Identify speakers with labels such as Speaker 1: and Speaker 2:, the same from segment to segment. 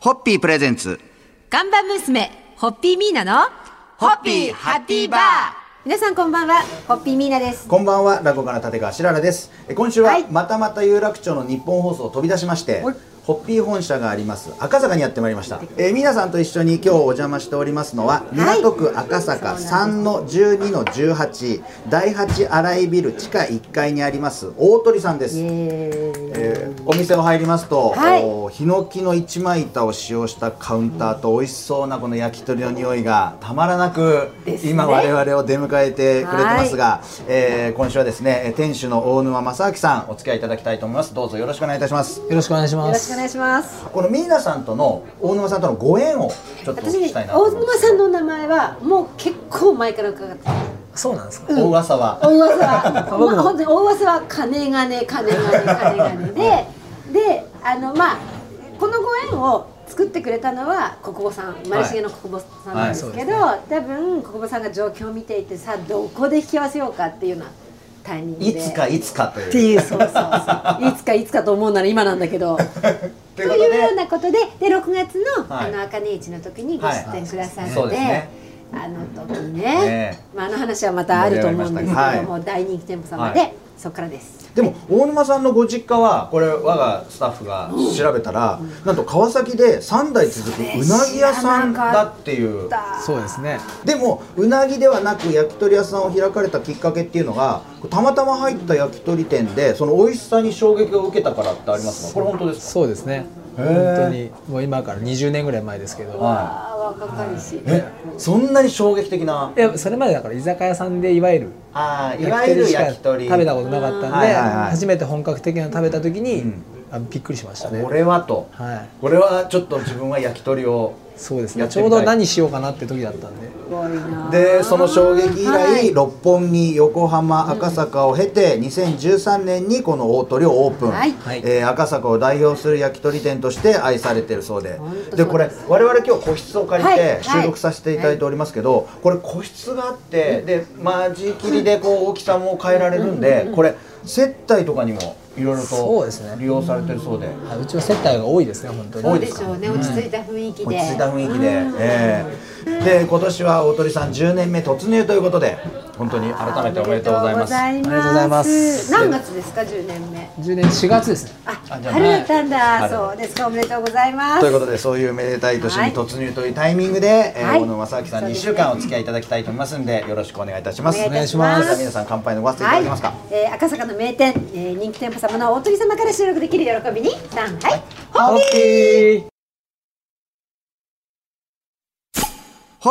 Speaker 1: ホッピープレゼンツ。
Speaker 2: ガンバ娘、ホッピーミーナの、
Speaker 3: ホッピーハッピーバー
Speaker 2: 皆さんこんばんは、ホッピーミーナです。
Speaker 3: こんばんは、落語家の立川しららです。え今週
Speaker 2: は
Speaker 3: はいまたまた有楽町の日本放送を飛び出しまして、
Speaker 2: はい
Speaker 3: ホッピー本社があります赤坂にやってまいりました。えー、皆さんと一緒に今日お邪魔しておりますのは、港区赤坂3の12の18第8新井ビル地下1階にあります大鳥さんです。えーお店を入りますと、
Speaker 2: はい
Speaker 3: おヒノキの一枚板を使用したカウンターと美味しそうなこの焼き鳥の匂いがたまらなく、今我々を出迎えてくれてますが、えー今週はですねえー店主の大沼正明さんお付き合いいただきたいと思いますどうぞよろしくお願いいたします
Speaker 4: よろしくお願いし
Speaker 2: よ
Speaker 4: ま
Speaker 2: ろしくお
Speaker 4: す。
Speaker 2: 願いします。
Speaker 3: このミーナさんとの大沼さんとのご縁をちょっとお
Speaker 2: 私
Speaker 3: 聞き
Speaker 2: ね、
Speaker 3: したいなと
Speaker 2: 大
Speaker 3: 思います
Speaker 2: 沼さんの名前は、もう結構前から伺ってた。
Speaker 4: そうなんですか。
Speaker 3: 大噂は、
Speaker 2: 大噂は、
Speaker 4: 僕も
Speaker 2: まあ、本当に大噂は金がね、金がね、金がねで、で、あの、まあ、このご縁を作ってくれたのは国保さん、丸重の国保さんなんですけど、多分国保さんが状況を見ていて、さあどこで引き合わせようかっていうようなタイミングで。
Speaker 3: いつかいつかという
Speaker 2: っていうそうそうそういつかいつかと思うなら今なんだけど
Speaker 3: と
Speaker 2: と
Speaker 3: い
Speaker 2: いうう
Speaker 3: ことで
Speaker 2: ようなことでで6月の,、
Speaker 3: はい
Speaker 2: あの茜市の時にご出演くださって、
Speaker 3: はいそうですね
Speaker 2: あの時ね
Speaker 3: ね
Speaker 2: まあ、あの話はまたあると思うんですけ
Speaker 3: 盛り上
Speaker 2: ど、
Speaker 3: がりましたね
Speaker 2: もう大人気店舗様で、
Speaker 3: はい
Speaker 2: そこからです
Speaker 3: でも大沼さんのご実家はこれ我がスタッフが調べたら、なんと川崎で3代続くうなぎ屋さんだっていう
Speaker 4: そうですね。
Speaker 3: でもうなぎではなく焼き鳥屋さんを開かれたきっかけっていうのがたまたま入った焼き鳥店でその美味しさに衝撃を受けたからってありますかこれ本当です
Speaker 4: そうですね。
Speaker 3: へ
Speaker 4: 本
Speaker 3: ー
Speaker 4: 当にもう今から20年ぐらい前ですけど。
Speaker 3: かは
Speaker 2: ああ若かりし
Speaker 3: いえそんなに衝撃的ない
Speaker 4: やそれまでだから居酒屋さんでいわゆる
Speaker 3: あーいわゆる焼き鳥
Speaker 4: しか食べたことなかったんで、
Speaker 3: はいはいはい
Speaker 4: 初めて本格的なの食べた時に、
Speaker 3: うん
Speaker 4: あびっくりしましたね
Speaker 3: こ。れはと
Speaker 4: はい。
Speaker 3: これはちょっと自分は焼き鳥を
Speaker 4: そうです
Speaker 3: や
Speaker 4: ね。
Speaker 3: っ
Speaker 4: ち
Speaker 3: てみ
Speaker 4: ょ
Speaker 3: たいう
Speaker 4: ど何しようかなって時だったんで。
Speaker 2: すごいな
Speaker 3: でその衝撃以来、
Speaker 2: はい
Speaker 3: 六本木横浜赤坂を経て2013年にこの大鳥をオープン、
Speaker 2: はい
Speaker 4: はい
Speaker 3: えー赤坂を代表する焼き鳥店として愛されてるそうで
Speaker 2: 本当そう
Speaker 3: で
Speaker 2: です
Speaker 3: これ我々今日個室を借り
Speaker 2: は
Speaker 3: て
Speaker 2: い
Speaker 3: 収録させていただいておりますけど、これ個室があってで間仕切りでこう大きさも変えられるんでこれ接待とかにもいろいろ
Speaker 4: そう
Speaker 3: と
Speaker 4: ですね
Speaker 3: 利用されてるそうで。
Speaker 4: はいうちの接待が多いですね本当
Speaker 2: そ
Speaker 4: に。
Speaker 2: うでしょうね落ち着いた雰囲気で、
Speaker 3: 落ち着いた雰囲気で、ええで今年は大鳥さん10年目突入ということで本当に改めておめでとうございます
Speaker 2: ありがとうございます何月ですか10年目
Speaker 4: 10年4月ですね。
Speaker 2: あ
Speaker 3: あじゃあ
Speaker 2: 春だったんだ
Speaker 3: 春
Speaker 2: そうですかおめでとうございます
Speaker 3: ということでそういうめでたい年に突入というタイミングで、えー
Speaker 2: はい
Speaker 3: 大野正明さんに1週間お付き合いいただきたいと思いますんでよろしくお願いいたします
Speaker 2: お願いいたし
Speaker 3: お
Speaker 2: ま
Speaker 3: 願
Speaker 2: す
Speaker 3: いしま皆さん乾杯のご発声いただ
Speaker 2: はい
Speaker 3: けますか、、
Speaker 2: えー、赤坂の名店、えー、人気店舗様の大鳥様から収録できる喜びにさんはい
Speaker 4: ホッピー。
Speaker 1: ホ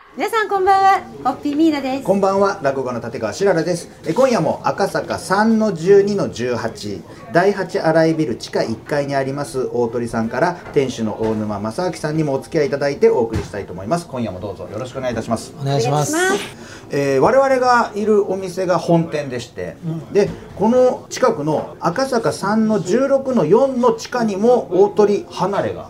Speaker 2: 皆さんこんばんはホッピーミーナです
Speaker 3: こんばんは落語家の立川しららですえ今夜も赤坂3の12の18第8新井ビル地下1階にあります大鳥さんから店主の大沼正明さんにもお付き合いいただいてお送りしたいと思います今夜もどうぞよろしくお願いいたします
Speaker 4: お願いします。
Speaker 2: お願い
Speaker 3: えー我々がいるお店が本店でして、でこの近くの赤坂3の16の4の地下にも大鳥離れが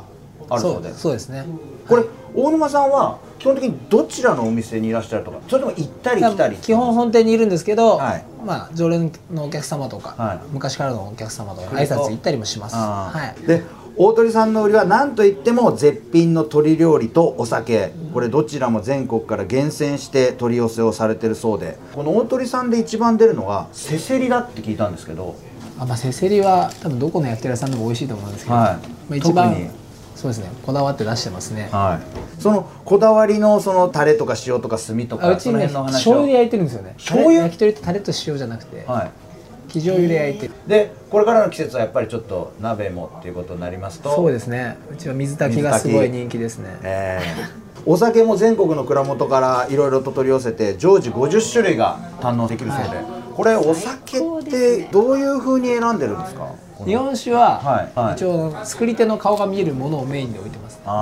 Speaker 3: ある
Speaker 4: そ
Speaker 3: そう
Speaker 4: う
Speaker 3: です
Speaker 4: そうですね。
Speaker 3: これ大沼さんは基本的にどちらのお店にいらっしゃるとかそれとも行ったり来たり
Speaker 4: 基本本店にいるんですけど、
Speaker 3: はい
Speaker 4: まあ常連のお客様とか、
Speaker 3: はい
Speaker 4: 昔からのお客様とか
Speaker 3: 来る
Speaker 4: 挨
Speaker 3: と
Speaker 4: 拶行ったりもします。
Speaker 3: あ
Speaker 4: は
Speaker 3: ー
Speaker 4: い。
Speaker 3: で大鳥さんの売りは何といっても絶品の鶏料理とお酒これどちらも全国から厳選して取り寄せをされてるそうでこの大鳥さんで一番出るのがせせりだって聞いたんですけど
Speaker 4: あまあせせりは多分どこの焼き鳥屋さんでも美味しいと思うんですけど、
Speaker 3: はい
Speaker 4: まあ一番
Speaker 3: 特に
Speaker 4: そうですねこだわって出してますね。
Speaker 3: はい、そのこだわりのそのタレとか塩とか炭と
Speaker 4: あ
Speaker 3: か
Speaker 4: うち
Speaker 3: その
Speaker 4: ね
Speaker 3: 辺の話
Speaker 4: 醤
Speaker 3: を
Speaker 4: 油で焼いてるんですよね。
Speaker 3: 醤油
Speaker 4: 焼き鳥ってタレと塩じゃなくて、
Speaker 3: は
Speaker 4: 生醤油で焼いてる。
Speaker 3: い、でこれからの季節はやっぱりちょっと鍋もっていうことになりますと
Speaker 4: そう
Speaker 3: す、
Speaker 4: ですね。うちは水炊きがすごい人気ですね。
Speaker 3: えーお酒も全国の蔵元からいろいろと取り寄せて常時50種類が堪能できるそうで、これお酒ってどういうふうに選んでるんですかこの
Speaker 4: 日本酒は、
Speaker 3: はいはい
Speaker 4: 一応作り手の顔が見えるものをメインで置いてます。
Speaker 3: あー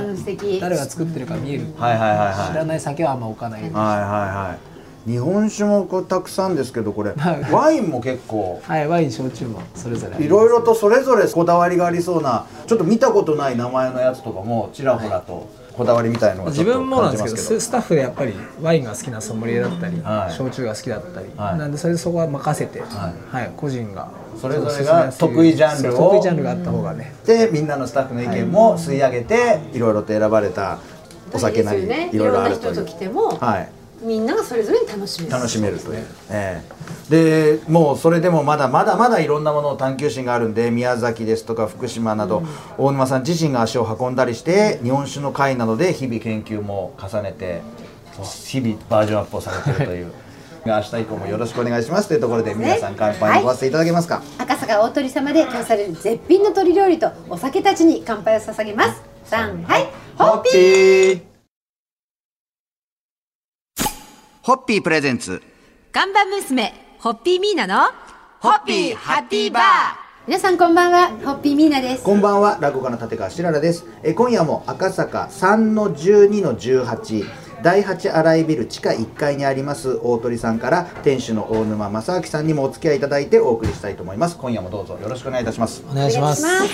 Speaker 4: は
Speaker 2: うん素敵
Speaker 4: 誰が作ってるか見える。
Speaker 3: はいはいはいはい
Speaker 4: 知らない酒はあんま置かない。
Speaker 3: はいはいはい日本酒もこうたくさんですけどこれ
Speaker 4: はい
Speaker 3: ワインも結構
Speaker 4: はい、ワイン焼酎もそれぞれあります
Speaker 3: いろいろとそれぞれこだわりがありそうなちょっと見たことない名前のやつとかもちらほらと、こだわりみたいのがちょ
Speaker 4: 自
Speaker 3: っと
Speaker 4: 分もな
Speaker 3: 感
Speaker 4: ん
Speaker 3: じ
Speaker 4: です
Speaker 3: ま
Speaker 4: けど
Speaker 3: すけ
Speaker 4: ス
Speaker 3: ど
Speaker 4: スタッフでやっぱりワインが好きなソムリエだったり、
Speaker 3: はい
Speaker 4: 焼酎が好きだったり、
Speaker 3: はい
Speaker 4: なんでそれでそこは任せて、はいい個人が
Speaker 3: それぞれが
Speaker 4: そう勧めやすい
Speaker 3: 得意ジャンルを
Speaker 4: そう得意ジャンルがあった方がね、
Speaker 3: でみんなのスタッフの意見も吸い上げていろいろと選ばれたお酒なり
Speaker 2: いいですよね
Speaker 3: いろいろある
Speaker 2: いろんな人と来ても
Speaker 3: はい
Speaker 2: みんながそれぞれに楽しめる
Speaker 3: 楽しめるという、ええでもうそれでもまだまだまだいろんなものを探求心があるんで宮崎ですとか福島など、大沼さん自身が足を運んだりして日本酒の会などで日々研究も重ねて日々バージョンアップをされてると いう。明日以降もよろしくお願いしますというところで皆さん乾杯にごわせていただけますか、
Speaker 2: 赤坂大鳥様で供される絶品の鳥料理とお酒たちに乾杯を捧げます三杯ホッピー
Speaker 3: ー
Speaker 1: ホッピープレゼンツ
Speaker 5: ガンバ娘、ホッピーミーナの、
Speaker 1: ホッピーハッピーバー
Speaker 2: 皆さんこんばんはホッピーミーナです
Speaker 3: こんばんは、落語家の立川しららです。えー今夜も赤坂3の12の18、第8新井ビル地下1階にあります大鳥さんから店主の大沼正明さんにもお付き合いいただいてお送りしたいと思います。今夜もどうぞよろしくお願いいたします。
Speaker 4: お願いします
Speaker 2: お願い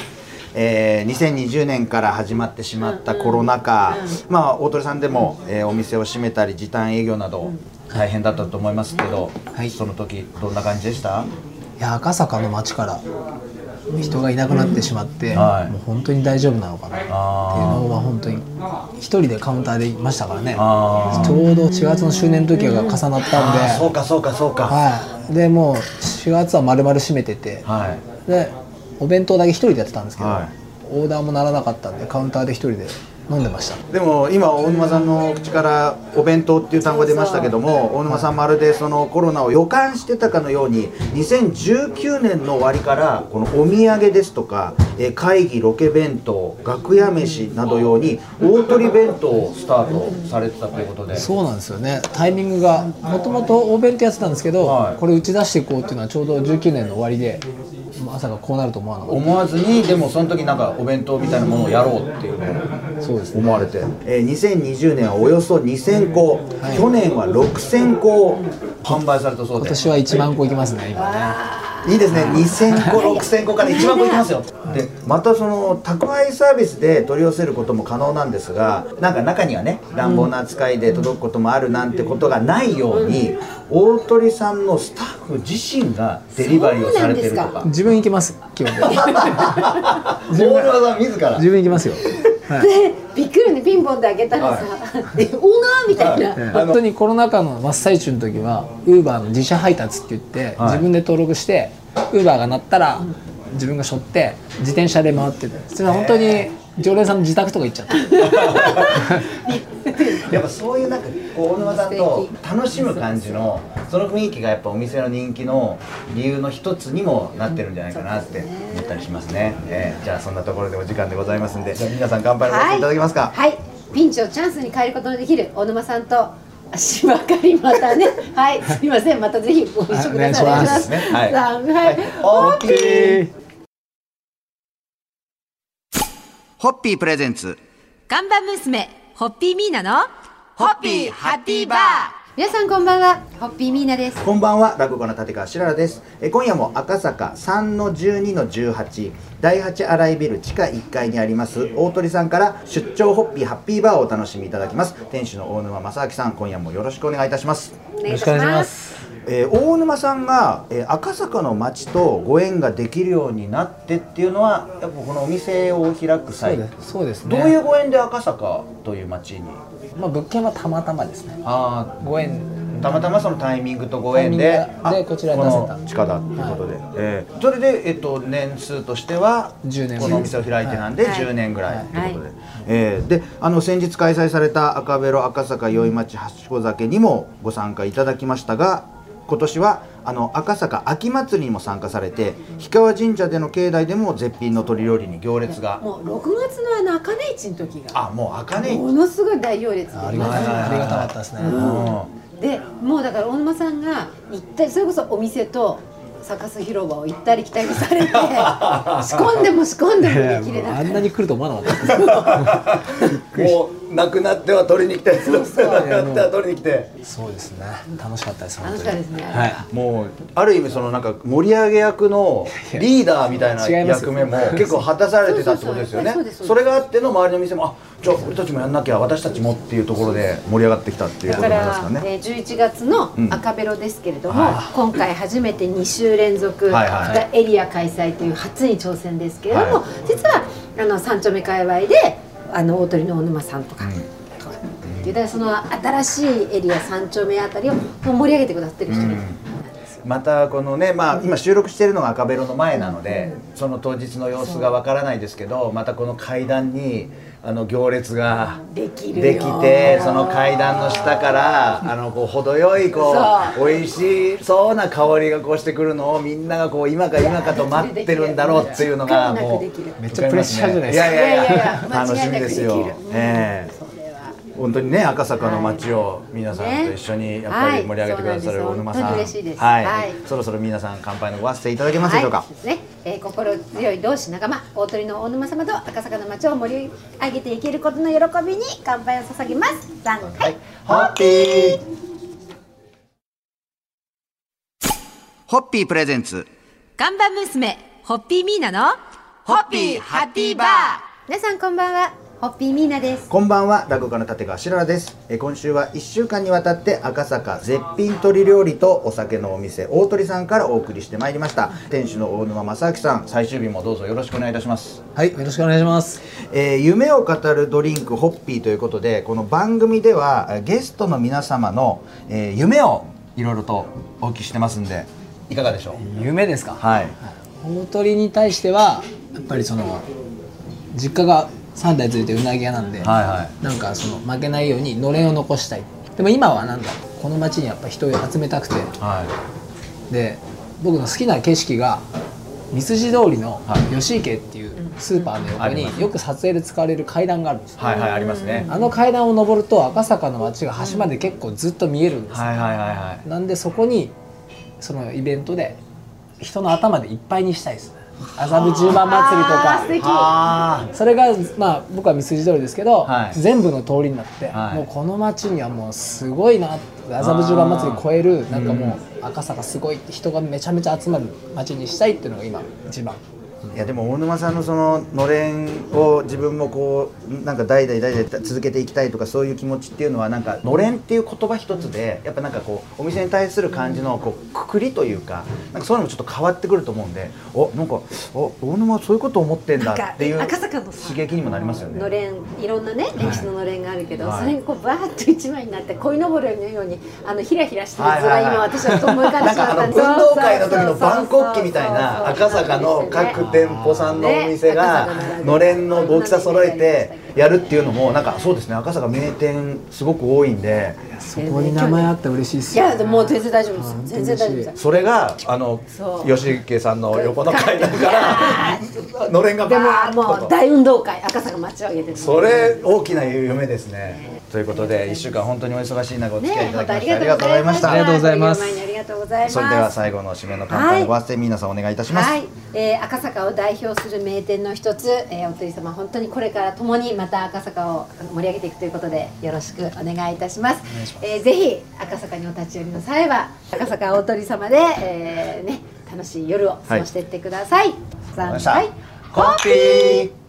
Speaker 3: えー2020年から始まってしまったコロナ禍、まあ、大鳥さんでも、えーお店を閉めたり時短営業など大変だったと思いますけど、
Speaker 4: はい
Speaker 3: その時どんな感じでした、
Speaker 4: いや赤坂の街から人がいなくなってしまって、
Speaker 3: はい
Speaker 4: もう本当に大丈夫なのかなっていう
Speaker 3: あ
Speaker 4: のは本当に一人でカウンターでいましたからね
Speaker 3: あ
Speaker 4: ちょうど4月の周年の時が重なったんで、
Speaker 3: あそうかそうかそうか、
Speaker 4: はい、でもう4月は丸々閉めてて、
Speaker 3: はい
Speaker 4: でお弁当だけ一人でやってたんですけど、
Speaker 3: はい
Speaker 4: オーダーもならなかったんでカウンターで一人で飲んでました
Speaker 3: でも今大沼さんの口からお弁当っていう単語が出ましたけども大沼さんまるでそのコロナを予感してたかのように2019年の終わりからこのお土産ですとかえー会議ロケ弁当楽屋飯などように大鳥弁当をスタートされてたということで
Speaker 4: そうなんですよねタイミングがもともとお弁当やってたんですけど、
Speaker 3: はい
Speaker 4: これ打ち出していこうっていうのはちょうど19年の終わりでまさかこうなると思わなかっ
Speaker 3: 思わずにでもその時なんかお弁当みたいなものをやろうっていうのを
Speaker 4: たそうですね
Speaker 3: 思われて、えー2020年はおよそ2000個、去年は6000個販売されたそう
Speaker 4: 今
Speaker 3: で
Speaker 4: 年は1万個いきますね今ね
Speaker 3: いいですね、2000個、6000個から1万個いきますよ。で、またその宅配サービスで取り寄せることも可能なんですが、なんか中にはね、乱暴な扱いで届くこともあるなんてことがないように、大鳥さんのスタッフ自身がデリバリーをされてると
Speaker 2: そうな
Speaker 3: か。
Speaker 4: 自分行きます基本的に
Speaker 3: 大沼さん自ら。
Speaker 4: 自分行きますよ、はい
Speaker 2: でびっくりねピンポンで開けたらさ、えオーナーみたいな、
Speaker 4: 本当にコロナ禍の真っ最中の時はウーバーの自社配達って言って、
Speaker 3: はい
Speaker 4: 自分で登録してウーバーが鳴ったら自分が背負って自転車で回っててそれは本当に常連さんの自宅とか行っちゃった
Speaker 3: やっぱそういうなんかこう大沼さんと楽しむ感じのその雰囲気がやっぱお店の人気の理由の一つにもなってるんじゃないかなって思ったりしますね、ええじゃあそんなところでお時間でございますんでじゃあ皆さん乾杯のごいただけますか、
Speaker 2: はいピンチをチャンスに変えることのできる小沼さんと芝刈りまたねはいすいませんまたぜひご一緒ください
Speaker 4: はいお願いします
Speaker 3: ねはい
Speaker 2: さんはい
Speaker 3: ホッピー
Speaker 1: ホッピープレゼンツ
Speaker 5: ガンバ娘、ホッピーミーナの、
Speaker 1: ホッピーハッピーバー
Speaker 2: 皆さんこんばんはホッピーミーナです
Speaker 3: こんばんは落語家の立川しららですえー今夜も赤坂3の12の18第8新井ビル地下1階にあります大鳥さんから出張ホッピーハッピーバーをお楽しみいただきます店主の大沼正明さん今夜もよろしくお願いいたします
Speaker 2: お
Speaker 4: よ
Speaker 2: 願い
Speaker 4: ろ
Speaker 2: い
Speaker 4: したく
Speaker 2: し
Speaker 4: お願いし
Speaker 2: ま
Speaker 4: ますす
Speaker 3: えー大沼さんが、えー赤坂の街とご縁ができるようになってっていうのはやっぱこのお店を開く
Speaker 4: そう
Speaker 3: 際、
Speaker 4: ですそうです
Speaker 3: ど
Speaker 4: ね
Speaker 3: ういうご縁で赤坂という街に
Speaker 4: まあ、物件はたまたまですね
Speaker 3: あ
Speaker 4: ご縁
Speaker 3: ーたまたまそのタイミングとご縁で
Speaker 4: タイミ
Speaker 3: あ
Speaker 4: ングがでこちらに出せた
Speaker 3: この地下だっていうことで、えーそれで、えっと年数としては
Speaker 4: 10年
Speaker 3: このお店を開いてなんで
Speaker 2: はい
Speaker 3: 10年ぐらいと
Speaker 2: はいいう
Speaker 3: ことで、えーであの先日開催された赤ベロ赤坂宵町はしこ酒にもご参加いただきましたが今年はあの赤坂秋祭りにも参加されて氷川神社での境内でも絶品の鶏料理に行列が
Speaker 2: もう6月のあの茜市の時が
Speaker 3: あもう赤ね
Speaker 2: ものすごい大行列で
Speaker 4: ありがた
Speaker 3: はいはいはい
Speaker 4: ありがたかったですね、
Speaker 3: う
Speaker 2: でもうだから大沼さんが行ったりそれこそお店とサカス広場を行ったり来たりさ れて仕込んでも仕込んでも売り切れ
Speaker 4: いや
Speaker 2: な
Speaker 4: もう
Speaker 2: く
Speaker 4: あ
Speaker 2: て
Speaker 4: んなに来ると思わなかったです
Speaker 3: んもうなくなっては取りに来てなくなっては取りに来て
Speaker 4: そうですね楽しかったです
Speaker 2: 楽
Speaker 4: 本
Speaker 2: し
Speaker 4: 当
Speaker 2: かった
Speaker 4: に
Speaker 2: ですね
Speaker 4: はい
Speaker 3: もうある意味そのなんか盛り上げ役のリーダーみたいな
Speaker 4: 違います
Speaker 3: 役目も 結構果たされてたってことですよね
Speaker 2: そうそうそうそうですそうです
Speaker 3: それがあっての周りの店もあじゃあ俺たちもやんなきゃ私たちもっていうところで盛り上がってきたっていう
Speaker 2: だ
Speaker 3: こ
Speaker 2: か
Speaker 3: とになります
Speaker 2: ら
Speaker 3: か、ね
Speaker 2: えー、11月の赤ベロですけれども、今回初めて2週連続
Speaker 3: はいは
Speaker 2: エリア開催という初に挑戦ですけれども、
Speaker 3: は
Speaker 2: 実はあの三丁目界隈であの大鳥の大沼さんとか。とかっていうだからその新しいエリア三丁目あたりをもう盛り上げてくださってる人なんですよ、
Speaker 3: またこのね、まあ、今収録しているのが赤ベロの前なので、その当日の様子がわからないですけどまたこの階段にあの行列が
Speaker 2: できるよ
Speaker 3: できてその階段の下からあのこう程よいこう美味しそうな香りがこうしてくるのをみんながこう今か今かと待ってるんだろうっていうのがも
Speaker 2: できるできる
Speaker 3: う
Speaker 4: めっちゃプレッシャーじゃないですか
Speaker 3: いやいやい
Speaker 2: いやい
Speaker 3: や
Speaker 2: や
Speaker 3: 楽しみです
Speaker 2: 間違い
Speaker 3: よ
Speaker 2: なくできる。
Speaker 3: ええ
Speaker 2: それは
Speaker 3: 本当にね赤坂の街を皆さんと一緒にやっぱり盛り上げてくださる
Speaker 2: はい
Speaker 3: 大沼さん、
Speaker 2: そうなんです本当に嬉しいです
Speaker 3: はい
Speaker 2: はい
Speaker 3: そろそろ皆さん乾杯のごわせていただけますでしょうか、
Speaker 2: はい、そうですね、えー心強い同志仲間大鳥の大沼様と赤坂の町を盛り上げていけることの喜びに乾杯を捧げますさんはい
Speaker 3: ホッピー
Speaker 1: ホッピープレゼンツ
Speaker 5: ガンバ娘、ホッピーミーナの
Speaker 1: ホッピーハッピーバー
Speaker 2: 皆さんこんばんはホッピーミーナです
Speaker 3: こんばんは落語家の立川しららですえー今週は1週間にわたって赤坂絶品鶏料理とお酒のお店大鳥さんからお送りしてまいりました店主の大沼正明さん最終日もどうぞよろしくお願いいたします
Speaker 4: はいよろしくお願いします
Speaker 3: えー夢を語るドリンクホッピーということでこの番組ではえーゲストの皆様の、えー夢をいろいろとお聞きしてますんでいかがでしょう
Speaker 4: 夢ですか
Speaker 3: はい
Speaker 4: 大鳥に対してはやっぱりその実家が3代続いてうなぎ屋なんで、
Speaker 3: はいはい
Speaker 4: なんかその負けないようにのれんを残したいでも今はなんだこの町にやっぱ人を集めたくて
Speaker 3: は
Speaker 4: で僕の好きな景色が三筋通りの吉池っていうスーパーの横
Speaker 3: あります
Speaker 4: によく撮影で使われる階段があるんですよ
Speaker 3: いはいはいありますね
Speaker 4: あの階段を上ると赤坂の街が端まで結構ずっと見えるんですよ
Speaker 3: はいはいはいは
Speaker 4: なんでそこにそのイベントで人の頭でいっぱいにしたいですね麻布十番祭りと
Speaker 2: あー素敵
Speaker 4: か
Speaker 3: いあ
Speaker 4: それがまあ僕は三筋通りですけど、
Speaker 3: はい
Speaker 4: 全部の通りになって、
Speaker 3: はい
Speaker 4: もうこの街にはもうすごいなって麻布十番祭り超えるなんかもう赤坂すごいって人がめちゃめちゃ集まる街にしたいっていうのが今一番
Speaker 3: いやでも大沼さんのそののれんを自分もこうなんか代々代々続けていきたいとかそういう気持ちっていうのはなんかのれんっていう言葉一つでやっぱなんかこうお店に対する感じのこうくくりというかなんかそういうのもちょっと変わってくると思うんでおなんかお大沼はそういうこと思ってんだっていう
Speaker 2: なんか赤坂のさ
Speaker 3: 刺激にもなりますよ
Speaker 2: の
Speaker 3: ね。
Speaker 2: れんいろんなね歴史ののれんがあるけど、
Speaker 3: はい
Speaker 2: それにこうバーッと一枚になって鯉のぼりのようにあのひらひらしてる
Speaker 3: はい
Speaker 2: 図
Speaker 3: はいは
Speaker 2: が
Speaker 3: い
Speaker 2: 今私はと思い浮かんで
Speaker 3: なん
Speaker 2: しま
Speaker 3: か
Speaker 2: っ
Speaker 3: あの運
Speaker 2: たんです
Speaker 3: 動会の時の万国旗みたいな赤坂の各店舗さんのお店がのれんの大きさ揃えてやるっていうのもなんかそうですね赤坂名店すごく多いんで
Speaker 4: そこに名前あって嬉しいっ
Speaker 2: い
Speaker 4: す
Speaker 2: やでももう全然大丈夫ですよ全然大丈夫です
Speaker 3: それがあの
Speaker 2: そう
Speaker 3: 吉池さんの横の階段 からのれんが
Speaker 2: で
Speaker 3: バ
Speaker 2: も
Speaker 3: ーッ
Speaker 2: もう
Speaker 3: と
Speaker 2: 大運動会赤坂町を上げてる
Speaker 3: それ大きな夢ですねということで1週間本当にお忙しい中お付き合いいただきまして、
Speaker 2: ね
Speaker 3: ありがとうございました
Speaker 4: ありがとうございます
Speaker 2: 本当に前にありがとうございます
Speaker 3: それでは最後の締めの乾杯のご発声皆さんお願いいたします、
Speaker 2: はい、えー赤坂を代表する名店の一つ、えー、おとり様本当にこれからともにまた赤坂を盛り上げていくということでよろしくお願いいたしますえーぜひ赤坂にお立ち寄りの際は赤坂おとり様で、えーね楽しい夜を過ごしていってください、さん
Speaker 3: ありがとうございました
Speaker 2: はい
Speaker 3: コピー